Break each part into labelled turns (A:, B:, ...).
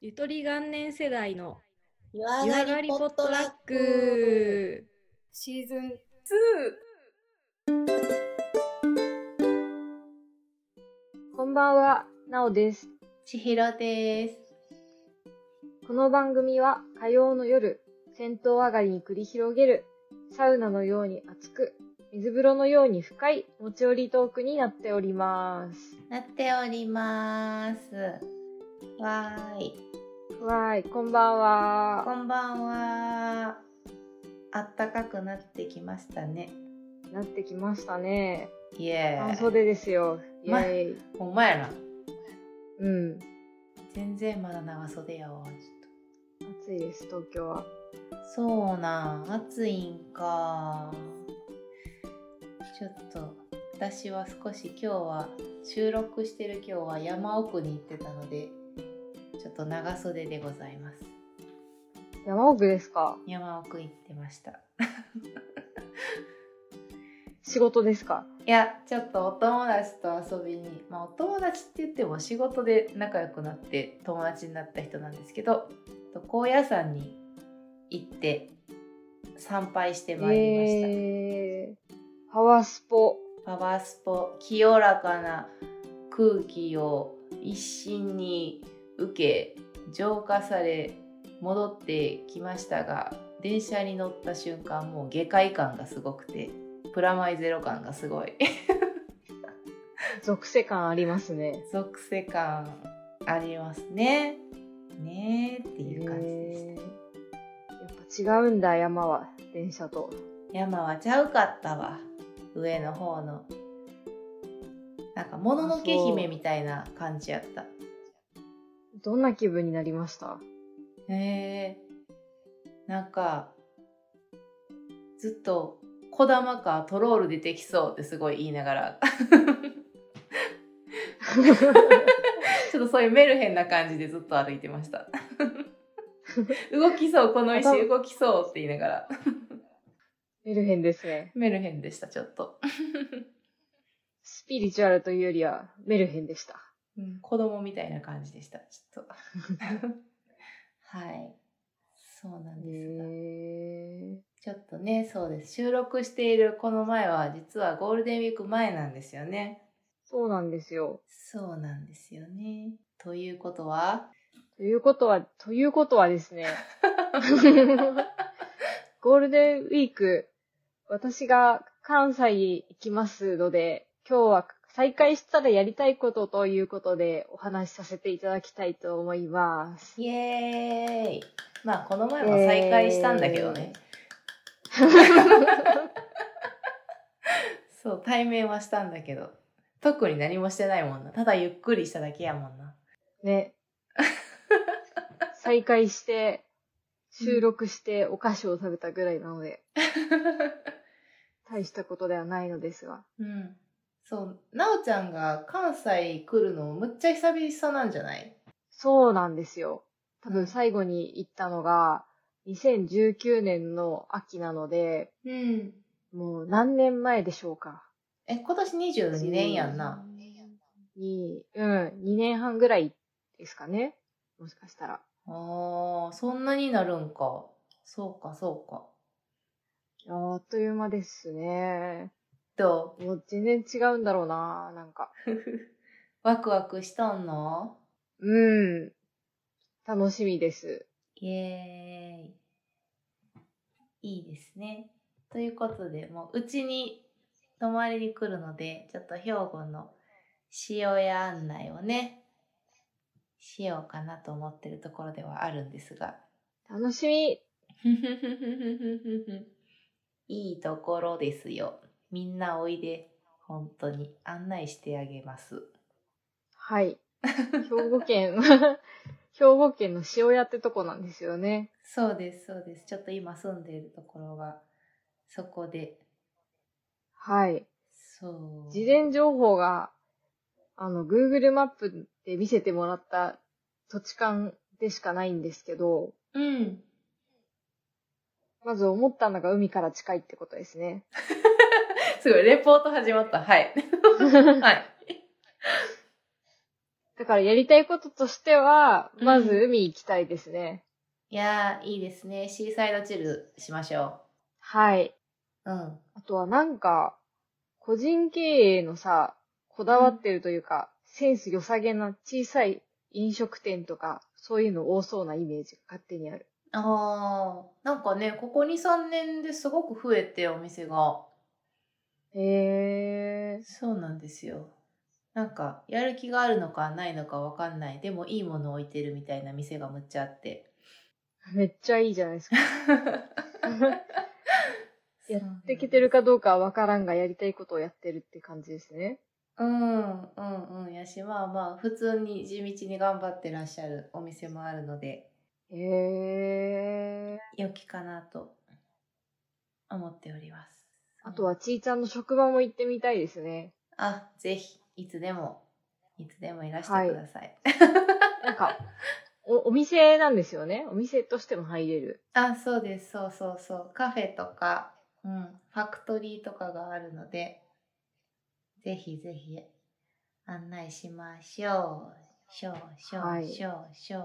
A: ゆとり元年世代の
B: 湯上
A: 湯上がりポットラック。
C: シーズン2
D: こんばんは、なおです。
B: ちひろです。
D: この番組は火曜の夜、戦闘上がりに繰り広げる、サウナのように熱く、水風呂のように深い持ち寄りトークになっております。
B: なっております。わーい。
D: わーい、こんばんは。
B: こんばんは。あったかくなってきましたね。
D: なってきましたね。
B: イエ
D: 半
B: ーイ。
D: 袖ですよ。イ
B: ま
D: ェイ。
B: ほんまやな。
D: うん。
B: 全然まだ長袖やわ。ちょっ
D: 暑いです、東京は。
B: とそうなん。暑いんか。ちょっと、私は少し今日は、収録してる今日は山奥に行ってたので、ちょっと長袖でございます。
D: 山奥ですか
B: 山奥行ってました。
D: 仕事ですか
B: いやちょっとお友達と遊びにまあお友達って言っても仕事で仲良くなって友達になった人なんですけどと高野山に行って参拝してまいりました、
D: えー、パワースポ。
B: パワースポ清らかな空気を一身に受け浄化され戻ってきましたが電車に乗った瞬間もう下界感がすごくてプラマイゼロ感がすごい
D: 属性感ありますね。
B: 属性感ありますね。ねーっていう感じでした。
D: えーやっぱ違うんだ山は電車と
B: 山はちゃうかったわ。上の方の。なんか、もののけ姫みたいな感じやった。
D: どんな気分になりま した
B: へえ。なんか、ずっと、小玉かトロール出てきそうってすごい言いながら、 ちょっとそういうメルヘンな感じでずっと歩いてました。 動きそう、この石動きそうって言いながら。
D: メルヘンですね
B: メルヘンでした、ちょっと。
D: スピリチュアルというよりはメルヘンでした
B: 子供みたいな感じでした、ちょっと。 はい。そうなんですが。
D: え
B: ちょっとね、そうです。収録しているこの前は、実はゴールデンウィーク前なんですよね。
D: そうなんですよ
B: そうなんですよね。ということは、
D: ということはということはですねゴールデンウィーク私が関西に行きますので今日は再開したらやりたいことということでお話しさせていただきたいと思います
B: イエーイまあ、この前も再会したんだけどね。 そう、対面はしたんだけど。特に何もしてないもんな。ただゆっくりしただけやも んな。
D: ね。再開して、収録して、お菓子を食べたぐらいなので、大したことではないのですが。
B: うん。そう、なおちゃんが関西来るのむっちゃ久々なんじゃない
D: そうなんですよ。多
B: うん
D: 分最後に行ったのが、2019年の秋なので、
B: うん。
D: もう何年前でしょうか。
B: え、今年22年やんな。
D: に、うん、2年半ぐらいですかね。もしかしたら。
B: ああ、そんなになるんか。そうか、そうか。
D: いやーあっという間ですね。
B: ど
D: もう全然違うんだろうななんか。
B: うワクワクしとんの
D: うん。楽しみです。
B: イエーイ。いいですね。ということで、もううちに泊まりに来るので、ちょっと兵庫の塩屋案内をね、しようかなと思ってるところではあるんですが。
D: 楽しみ
B: いいところですよ。みんなおいで。本当に案内してあげます。
D: はい。兵庫県、 兵庫県の塩屋ってとこなんですよね。
B: そうです、そうです。ちょっと今住んでいるところが、そこで。
D: はい。
B: そう。
D: 事前情報が、あの、Google マップで見せてもらった土地勘でしかないんですけど、
B: うん。
D: まず思ったのが海から近いってことです ね。
B: すごい、レポート始まった。はい。はい。
D: だからやりたいこととしては、
B: うん
D: まず海行きたいですね。
B: いやー、いいですね。シーサイドチルしましょ
D: はい。
B: う。うん。
D: あとはなんか、個人経営のさ、こだわってるというか、センス良さげな小さい飲食店とか、そういうの多そうなイメージが勝手にある。
B: あー、なんかね、ここ2、3年ですごく増えて、お店が。
D: へえ。
B: そうなんですよ。なんか、やる気があるのかないのかわかんない。でも、いいものを置いてるみたいな店がむっちゃあって。
D: めっちゃいいじゃないですか。 やできて
B: る。
D: るかどうかはわからんが、やりたいことをやってるって感じですね。
B: うん、うん、うん。やし、まあまあ、普通に地道に頑張ってらっしゃるお店もあるので、
D: へえ。
B: 良きかなと思っております。
D: あとは、ちーちゃんの職場も行ってみたいですね。
B: あ、ぜひ、いつでも、いつでもいらしてください。
D: なんか、お、お店なんですよね。お店としても入れる。
B: あ、そうです、そうそうそう。カフェとか、うん、ファクトリーとかがあるので、ぜひぜひ案内しましょう。しょう、しょ
D: は
B: う、
D: い
B: しょう、しょう。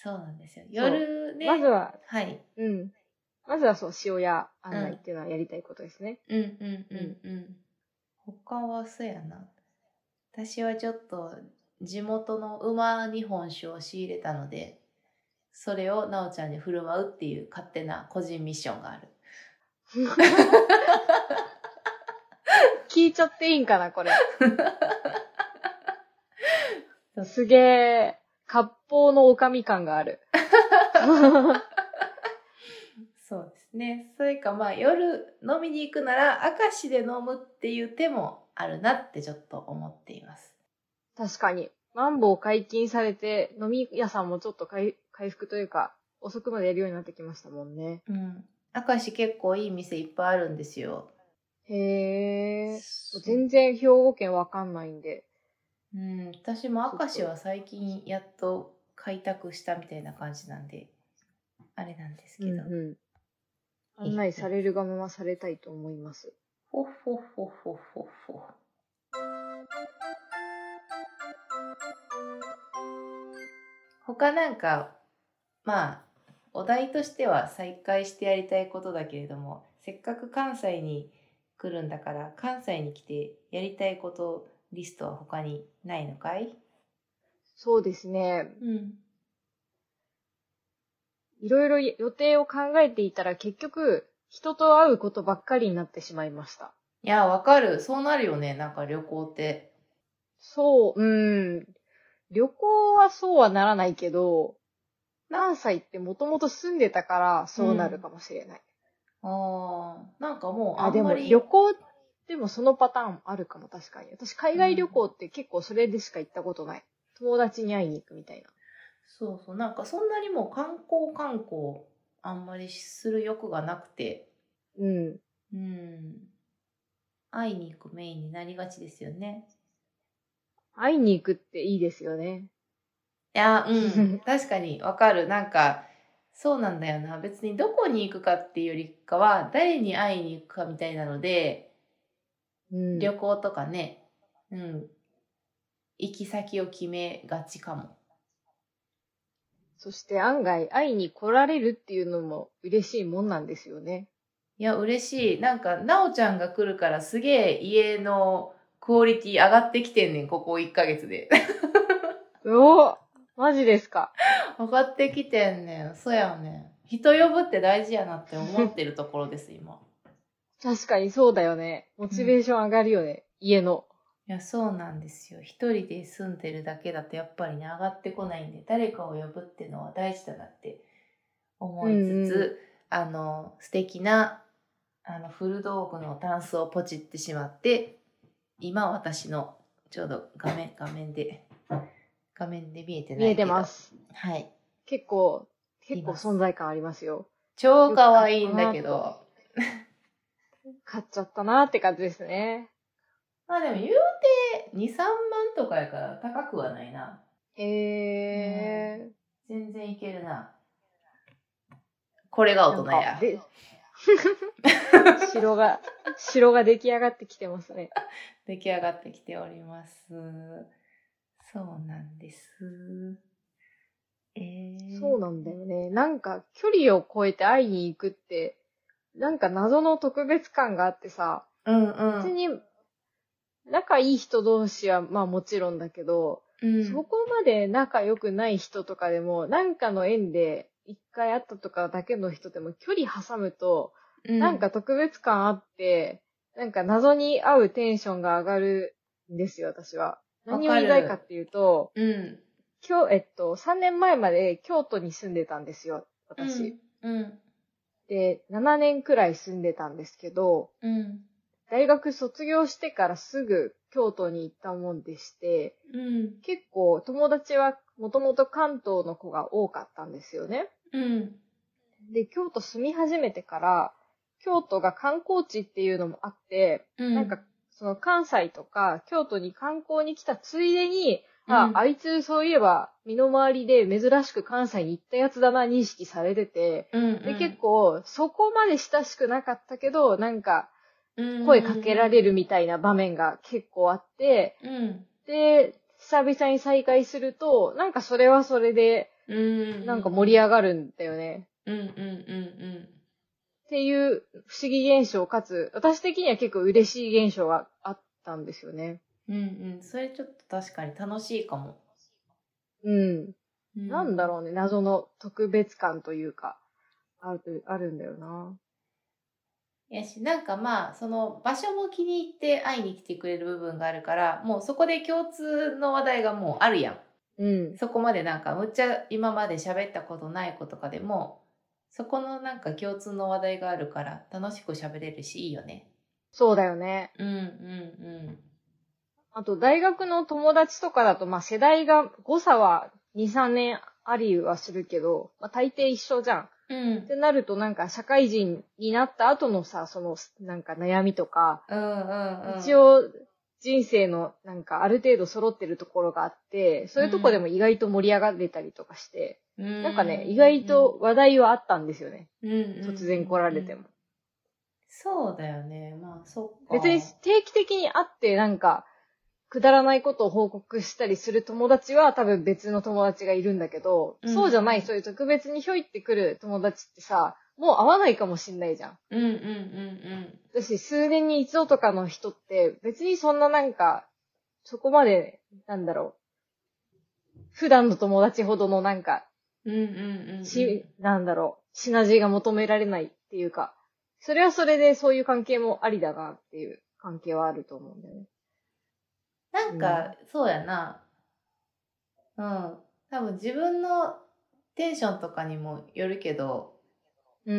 B: そうなんですよ。夜ね。
D: まずは、
B: はい。
D: うん。まずはそう、塩屋案
B: うん
D: 内っていうのはやりたいことですね。
B: うんうんうんうん。他はそうやな。私はちょっと地元の馬日本酒を仕入れたので、それをなおちゃんに振る舞うっていう勝手な個人ミッションがある。
D: 聞いちゃっていいんかな、これ。すげえ、割烹のおかみ感がある。
B: そうですね。それかまあ夜飲みに行くなら明石で飲むっていう手もあるなってちょっと思っています。
D: 確かに。マンボウ解禁されて、飲み屋さんもちょっと回回復というか、遅くまでやるようになってきましたもんね。
B: うん。明石結構いい店いっぱいあるんですよ。
D: へえ。全然兵庫県わかんないんで。
B: うん。私も明石は最近やっと開拓したみたいな感じなんで、あれなんですけど。
D: うん。案内されるがままされたいと思います。
B: ほっほっほっほっほっほ。他なんか、まあ、お題としては再開してやりたいことだけれども、せっかく関西に来るんだから、関西に来てやりたいことリストは他にないのかい
D: そうですね。
B: うん。
D: いろいろ予定を考えていたら結局、人と会うことばっかりになってしまいました。
B: いや、わかる。そうなるよね。なんか旅行って。
D: そう、うん。旅行はそうはならないけど、何歳ってもともと住んでたからそうなるかもしれない。
B: ああ、なんかもうあ
D: あ、
B: ん
D: で
B: ま
D: も
B: り。
D: 旅行でもそのパターンあるかも確かに。私海外旅行って結構それでしか行ったことない。友達に会いに行くみたいな。
B: そうそうなんかそんなにもう観光観光あんまりする欲がなくて
D: うん。
B: うん会いに行くメインになりがちですよね
D: 会いに行くっていいですよね。
B: いやうん 確かにわかるなんかそうなんだよな別にどこに行くかっていうよりかは誰に会いに行くかみたいなので
D: うん。
B: 旅行とかねうん行き先を決めがちかも
D: そして案外会いに来られるっていうのも嬉しいもんなんですよね。
B: いや、嬉しい。なんか、なおちゃんが来るからすげえ家のクオリティ上がってきてんねん、ここ1ヶ月で。
D: うおマジですか。
B: 上がってきてんねん。そうやねん。人呼ぶって大事やなって思ってるところです、今。
D: 確かにそうだよね。モチベーション上がるよね。家の。
B: いや、そうなんですよ。一人で住んでるだけだとやっぱりね、上がってこないんで、誰かを呼ぶってのは大事だなって思いつつ、
D: うんう
B: あの、素敵な、あの、古道具のタンスをポチってしまって、今私の、ちょうど画面、画面で、画面で見えてないけど。
D: 見えてま。す。
B: はい。
D: 結構、結構
B: います
D: 存在感ありますよ。
B: 超可愛いんだけど。
D: 買っちゃったなーって感じですね。
B: まあでも言うて、2、3万とかやから高くはないな。
D: へえ。
B: 全然いけるな。これが大人
D: なん
B: や
D: か。で 城が、城が出来上がってきてますね。
B: 出来上がってきております。そうなんです。えー、
D: そうなんだよね。なんか、距離を超えて会いに行くって、なんか謎の特別感があってさ、
B: うんうん。
D: 別に、仲いい人同士は、まあもちろんだけど、
B: うん、
D: そこまで仲良くない人とかでも、なんかの縁で、一回会ったとかだけの人でも、距離挟むと、
B: う
D: なんか、特別感あって、なんか謎に合うテンションが上がるんですよ、私は。
B: わかる
D: 何を言いたいかっていうと、
B: うん。
D: 今日、えっと、3年前まで京都に住んでたんですよ、私。
B: うん。
D: で、7年くらい住んでたんですけど、
B: うん。
D: 大学卒業してからすぐ京都に行ったもんでして、
B: うん。
D: 結構友達はもともと関東の子が多かったんですよね。
B: うん。
D: で、京都住み始めてから、京都が観光地っていうのもあって、
B: うん。
D: なんか、その関西とか京都に観光に来たついでに、
B: うん
D: あ、あいつそういえば身の回りで珍しく関西に行ったやつだな認識されてて、
B: うん、
D: で、結構そこまで親しくなかったけど、なんか
B: 構
D: 声かけられるみたいな場面が結構あって、
B: うん。
D: で、久々に再会すると、なんかそれはそれで、
B: うん。
D: なんか盛り上がるんだよね。
B: うんうんうん
D: っていう不思議現象かつ、私的には結構嬉しい現象があったんですよね。
B: うん。うんうん。それちょっと確かに楽しいかも。
D: うん。
B: う
D: なんだろうね、謎の特別感というか、ある、あるんだよな。
B: やし、なんかまあ、その場所も気に入って会いに来てくれる部分があるから、もうそこで共通の話題がもうあるやん。
D: うん。
B: そこまでなんか、むっちゃ今まで喋ったことない子とかでも、そこのなんか共通の話題があるから、楽しく喋れるし、いいよね。
D: そうだよね。
B: うんうん
D: あと、大学の友達とかだと、まあ、世代が、誤差は2、3年ありはするけど、まあ、大抵一緒じゃん。
B: うん。うん
D: ってなると、なんか、社会人になった後のさ、その、なんか悩みとか、
B: うんうんうん。
D: 一応、人生の、なんか、ある程度揃ってるところがあって、そういうとこでも意外と盛り上がれたりとかして、
B: う、
D: な
B: なん
D: かね、意外と話題はあったんですよね。突
B: 突
D: 然来られても。。
B: そうだよね。まあ、そっか。
D: 別に定期的に会って、なんか、くだらないことを報告したりする友達は多分別の友達がいるんだけど、
B: うん
D: そうじゃない、そういう特別にひょいってくる友達ってさ、もう会わないかもしんないじゃん。
B: うんうんうん
D: 私、数年に一度とかの人って、別にそんななんか、そこまで、なんだろう、普段の友達ほどのなんか、
B: うん。うんうんうんうん。
D: し、なんだろう、シナジーが求められないっていうか、それはそれでそういう関係もありだなっていう関係はあると思うんだよね。
B: なんか、そうやな。うん。多分自分のテンションとかにもよるけど、
D: うん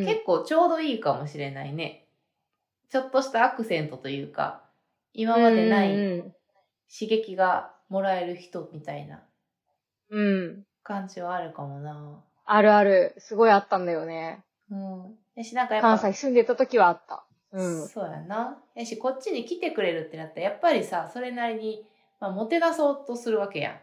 B: 結構ちょうどいいかもしれないね。ちょっとしたアクセントというか、今までない
D: うん
B: 刺激がもらえる人みたいな
D: うんうん、うん。
B: 感じはあるかもな。
D: あるある。すごいあったんだよね。
B: うん。やし、なんかやっぱ
D: 関、西住んでた時はあった。うん。
B: そうやな。やし、こっちに来てくれるってなったら、やっぱりさ、それなりに、まあ、もてなそうとするわけや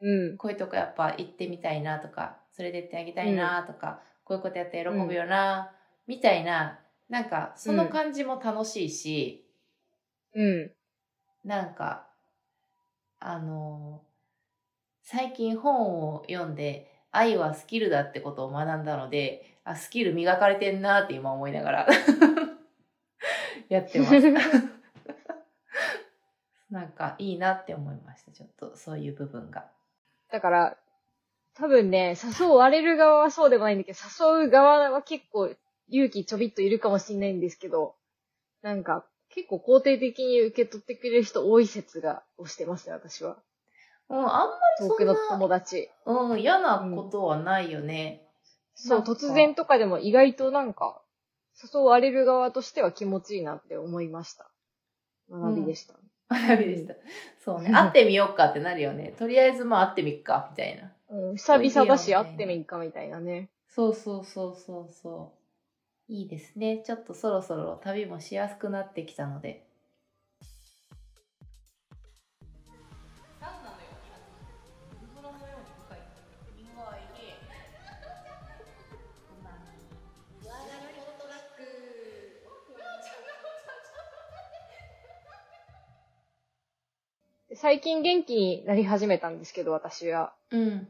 D: うん
B: ん。。こういうとこやっぱ行ってみたいなとか、連れてってあげたいなとか、こういうことやって喜ぶよな、みたいな、なんか、その感じも楽しいし、
D: うん。
B: なんか、あの最近本を読んで、愛はスキルだってことを学んだので、あ、スキル磨かれてんなって今思いながら、 やってます。 なんかいいなって思いました。ちょっとそういう部分が。
D: だから、多分ね、誘われる側はそうでもないんだけど、誘う側は結構勇気ちょびっといるかもしれないんですけど、なんか、結構肯定的に受け取ってくれる人多い説が、をしてますね、私は。
B: うん、あんまり
D: 遠くの
B: そん
D: 友達。
B: な、うん、嫌なことはないよね。
D: そう、
B: なんか
D: 突然とかでも意外となんか、誘われる側としては気持ちいいなって思いました。学びでした。
B: 学びでした。そうね。会ってみようかってなるよね。とりあえずまあ会ってみっか、みたいな。
D: うん、久々だ
B: いい
D: し
B: よね
D: 会ってみっかみたいなね。
B: そうそうそうそうそう。いいですね。ちょっとそろそろ旅もしやすくなってきたので。
D: 最近元気になり始めたんですけど、私は。
B: うん。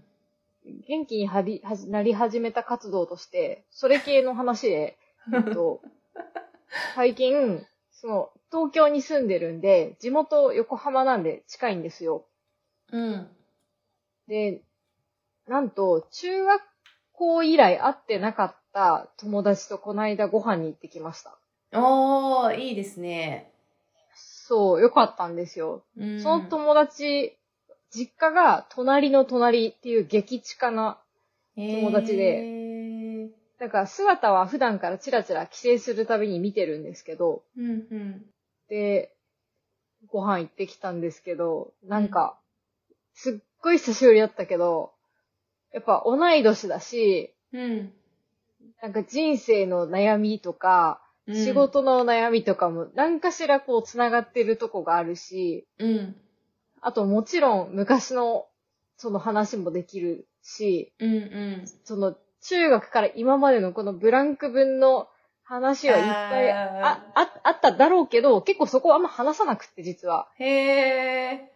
D: 元気にはりはじなり始めた活動として、それ系の話 で、えっと、最近、その、東京に住んでるんで、地元横浜なんで近いんですよ。
B: うん。
D: で、なんと、中学校以来会ってなかった友達とこの間ご飯に行ってきました。
B: おー、いいですね。
D: そう、よかったんですよ。
B: うん
D: その友達、実家が隣の隣っていう激近な、友達で
B: えー
D: なんか姿は普段からチラチラ帰省するたびに見てるんですけど、
B: うんうん。
D: で、ご飯行ってきたんですけど、なんか、すっごい久しぶりだったけど、やっぱ同い年だし、
B: うん。
D: なんか人生の悩みとか、
B: うん
D: 仕。事の悩みとかも何かしらこう繋がってるとこがあるし、
B: うん。
D: あともちろん昔のその話もできるし、
B: うんうん。
D: その中学から今までのこのブランク分の話はいっぱい
B: あー
D: あああっただろうけど、結構そこはあんま話さなくって実は。
B: へえ。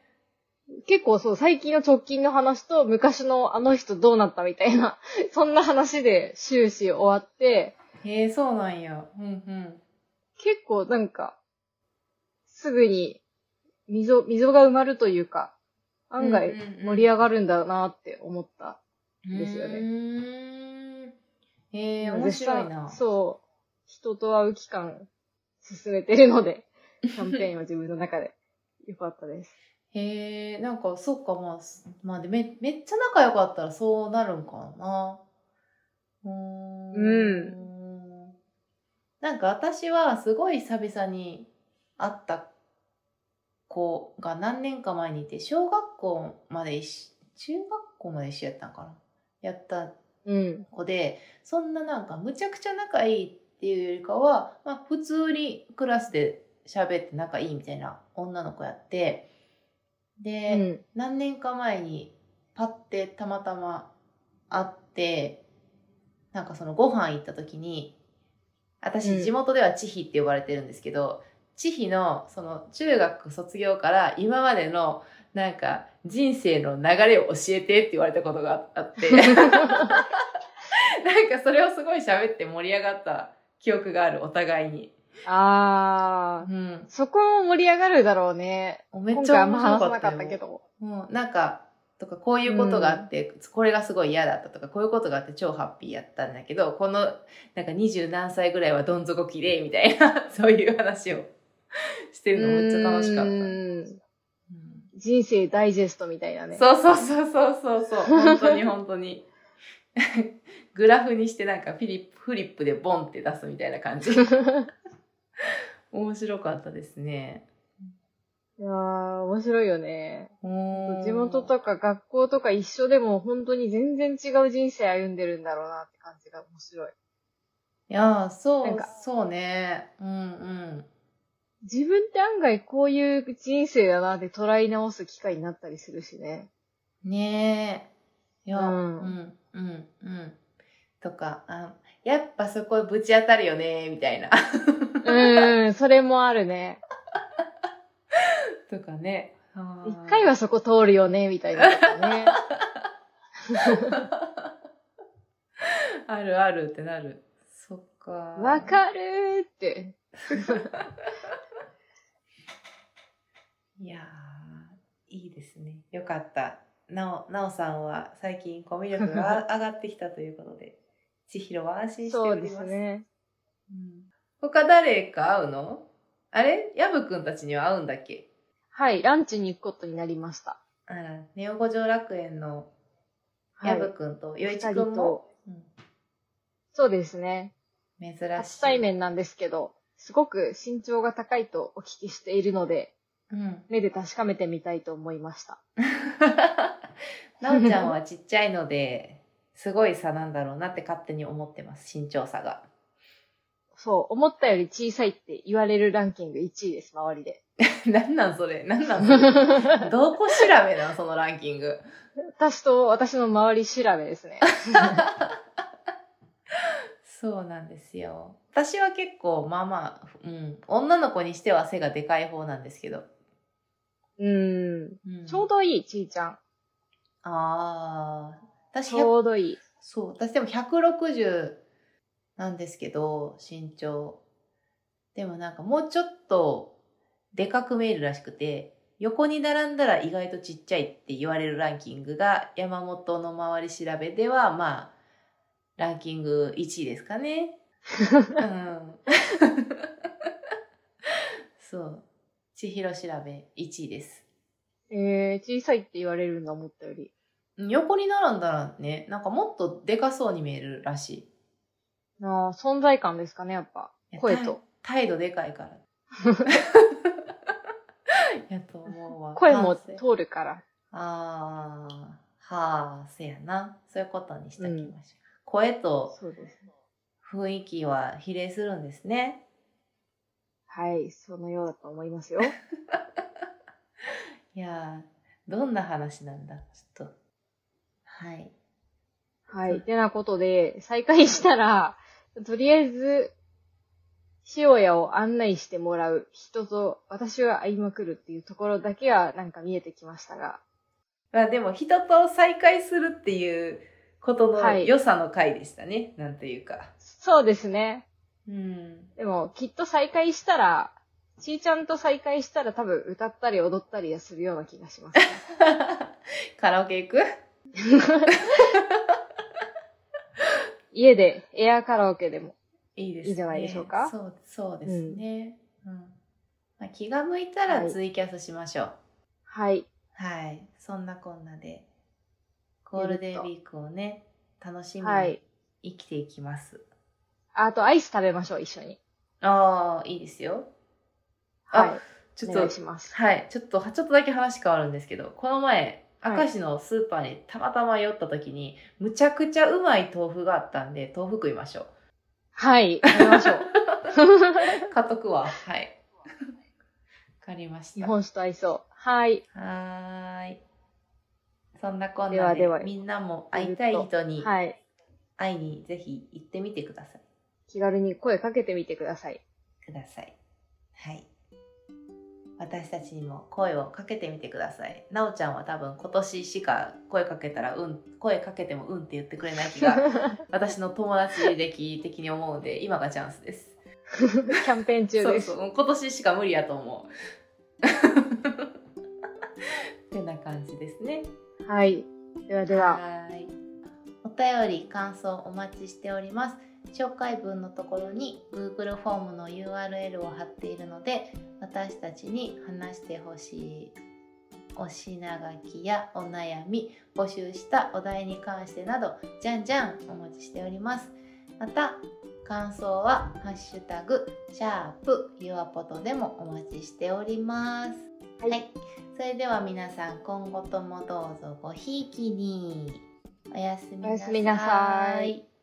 D: 結構そう最近の直近の話と昔のあの人どうなったみたいな、 そんな話で終始終わって、
B: へえ、そうなんや。うんうん。
D: 結構なんか、すぐに溝、溝が埋まるというか、案外
B: うんうんうん
D: 盛り上がるんだなって思った。ですよね
B: うーん。へえ、
D: 今
B: 面白いな。
D: 絶賛そう。人と会う期間進めてるの で、キャンペーンは自分の中で良かったです。
B: へえ、なんか、そっか、まあ、すまあ、でめめっちゃ仲良かったらそうなるんかな。うーん。なんか私はすごい久々に会った子が何年か前にいて、小学校まで一緒、中学校まで一緒やったんかな。やった
D: うん。
B: 子でそんななんかむちゃくちゃ仲いいっていうよりかは、まあ、普通にクラスで喋って仲いいみたいな女の子やって
D: う
B: で、
D: ん。
B: 何年か前にパッてたまたま会ってなんかそのご飯行った時に
D: う
B: 私
D: ん
B: 地元では千尋って呼ばれてるんですけど、千尋のその中学卒業から今までのなんか人生の流れを教えてって言われたことがあって。 なんかそれをすごい喋って盛り上がった記憶がある、お互いに。
D: あー。
B: うん。
D: そこも盛り上がるだろうね。
B: めっ
D: 今
B: ち
D: 回あ
B: ゃ
D: ん
B: 面
D: ま
B: 白
D: 話
B: か
D: さ
B: っ
D: な
B: た
D: かったけ
B: よ
D: ど。
B: うん、なんか、とか、こういうことがあって、これがすごい嫌だったとか、こういうことがあって超ハッピーやったんだけど、この、なんか二十何歳ぐらいはどん底綺麗みたいな、 そういう話をしてるのめっちゃ楽しかった。うん
D: うん人生ダイジェストみたいなね。
B: そうそうそうそうそうそう、本当に本当に。 グラフにしてなんかフィリップ、フリップでボンって出すみたいな感じ。面白かったですね。
D: いやー、面白いよね。地
B: 地
D: 元とか学校とか一緒でも本当に全然違う人生歩んでるんだろうなって感じが面白い。
B: いやーそ
D: なん
B: う
D: か
B: そうねうん
D: 自分って案外こういう人生だなって捉え直す機会になったりするし ね。
B: うんねえいやう
D: うん
B: んうんうんとかあやっぱそこぶち当たるよねみたいな
D: うーん、それもあるね。
B: とかねあー
D: 一回はそこ通るよね、みたいなとかね。
B: あるあるってなるそっか
D: わかるーって。
B: いやーいいですねよかったなおなおさんは最近コミュ力が 上がってきたということで千尋は安心して
D: そ
B: お
D: うで
B: ります
D: すね。
B: うん他誰か会うのあれヤブくんたちには会うんだっけ
D: はい、ランチに行くことになりました。
B: あら、ネオ五条楽園の
D: は
B: ヤブ
D: い。
B: くんとヨイ
D: 二
B: チく
D: 人
B: んも、
D: と。
B: うん
D: そうですね。
B: 珍し
D: 初
B: い。
D: 対面なんですけど、すごく身長が高いとお聞きしているので、
B: うん。
D: 目で確かめてみたいと思いました。
B: なおちゃんはちっちゃいので、すごい差なんだろうなって勝手に思ってます、身長差 が。
D: そう、思ったより小さいって言われるランキング1位です、周りで。
B: なんなんそれなんなん それどこ調べなんそのランキング。
D: 私と私の周り調べですね。
B: そうなんですよ。私は結構、まあまあ、うん、女の子にしては背がでかい方なんですけど、
D: うーん。
B: うん
D: ちょうどいい、ちいちゃん。
B: ああ、私
D: ちょうどいい。
B: そう、私でも160なんですけど、身長。でもなんかもうちょっとでかく見えるらしくて、横に並んだら意外とちっちゃいって言われるランキングが山本の周り調べでは、まあ、ランキング1位ですかね。うん。 そう。千尋調べ1位です。
D: えー、小さいって言われるんだ、思ったより。
B: 横に並んだらね、なんかもっとでかそうに見えるらしい。
D: なあ、存在感ですかね、やっぱ。
B: いや
D: 声と。
B: 態態度でか いから。やと思うわ。
D: 声も
B: 反省
D: 通るから。
B: ああ、はあ、せやな。そういうことにしておきましょう。
D: うん
B: 声と
D: そうですね。
B: 雰囲気は比例するんですね。
D: はい、そのようだと思いますよ。
B: いやー、どんな話なんだ、ちょっと。はい。
D: はい。てなことで、再開したら、とりあえず、塩屋を案内してもらう人と私は会いまくるっていうところだけはなんか見えてきましたが。
B: まあでも人と再会するっていうことの
D: はい
B: 良さの回でしたね。なんていうか。
D: そうですね。
B: うん。
D: でも、きっと再会したら、ちーちゃんと再会したら多分歌ったり踊ったりはするような気がします。
B: カラオケ行く
D: 家で、エアカラオケでも。
B: いいです
D: いいんじゃないでしょうか
B: そうそうですね、うんまあ、気が向いた
D: は
B: ら
D: い
B: ツイキャスしましょう
D: はい。
B: はい、そんなこんなでゴールデンウィークをね楽しみ
D: は
B: に
D: い。
B: 生きていきます、
D: あと、アイス食べましょう、一緒に。
B: ああいいですよあ
D: はい。
B: ちょっ
D: お願
B: と
D: いします。
B: はいちょっとちょっとだけ話変わるんですけどこの前
D: はい
B: 明石のスーパーにたまたま寄った時に、むちゃくちゃうまい豆腐があったんで豆腐食いましょう
D: はい。食べま しょう。
B: 買っとくわはい わかりまし
D: 日
B: た
D: 本酒と合いそう。はい。
B: はーい。そんなこんなで
D: ではでは
B: みんなも会いたい人に、
D: はい。
B: 会いにぜひ行ってみてください。
D: 気軽に声かけてみてください。
B: ください。はい。私たちにも声をかけてみてください。なおちゃんは多分今年しか声かけたらうん、声かけてもうんって言ってくれない気 が私の友達歴的に思うんで今がチャンスです。
D: キャンペーン中です。
B: そうそう今年しか無理やと 思う。てな感じですね。
D: はい。ではでは、
B: い。お便り、感想お待ちしております。紹介文のところに Google フォームの URL を貼っているので、私たちに話してほしいお品書きやお悩み、募集したお題に関してなど、じゃんじゃんお待ちしております。また、感想はハッシュタグ、シャープ、ユアポトでもお待ちしております。
D: はい
B: はいそれでは皆さん今後ともどうぞごひいきにおやすみなさ
D: おやすみなさい
B: い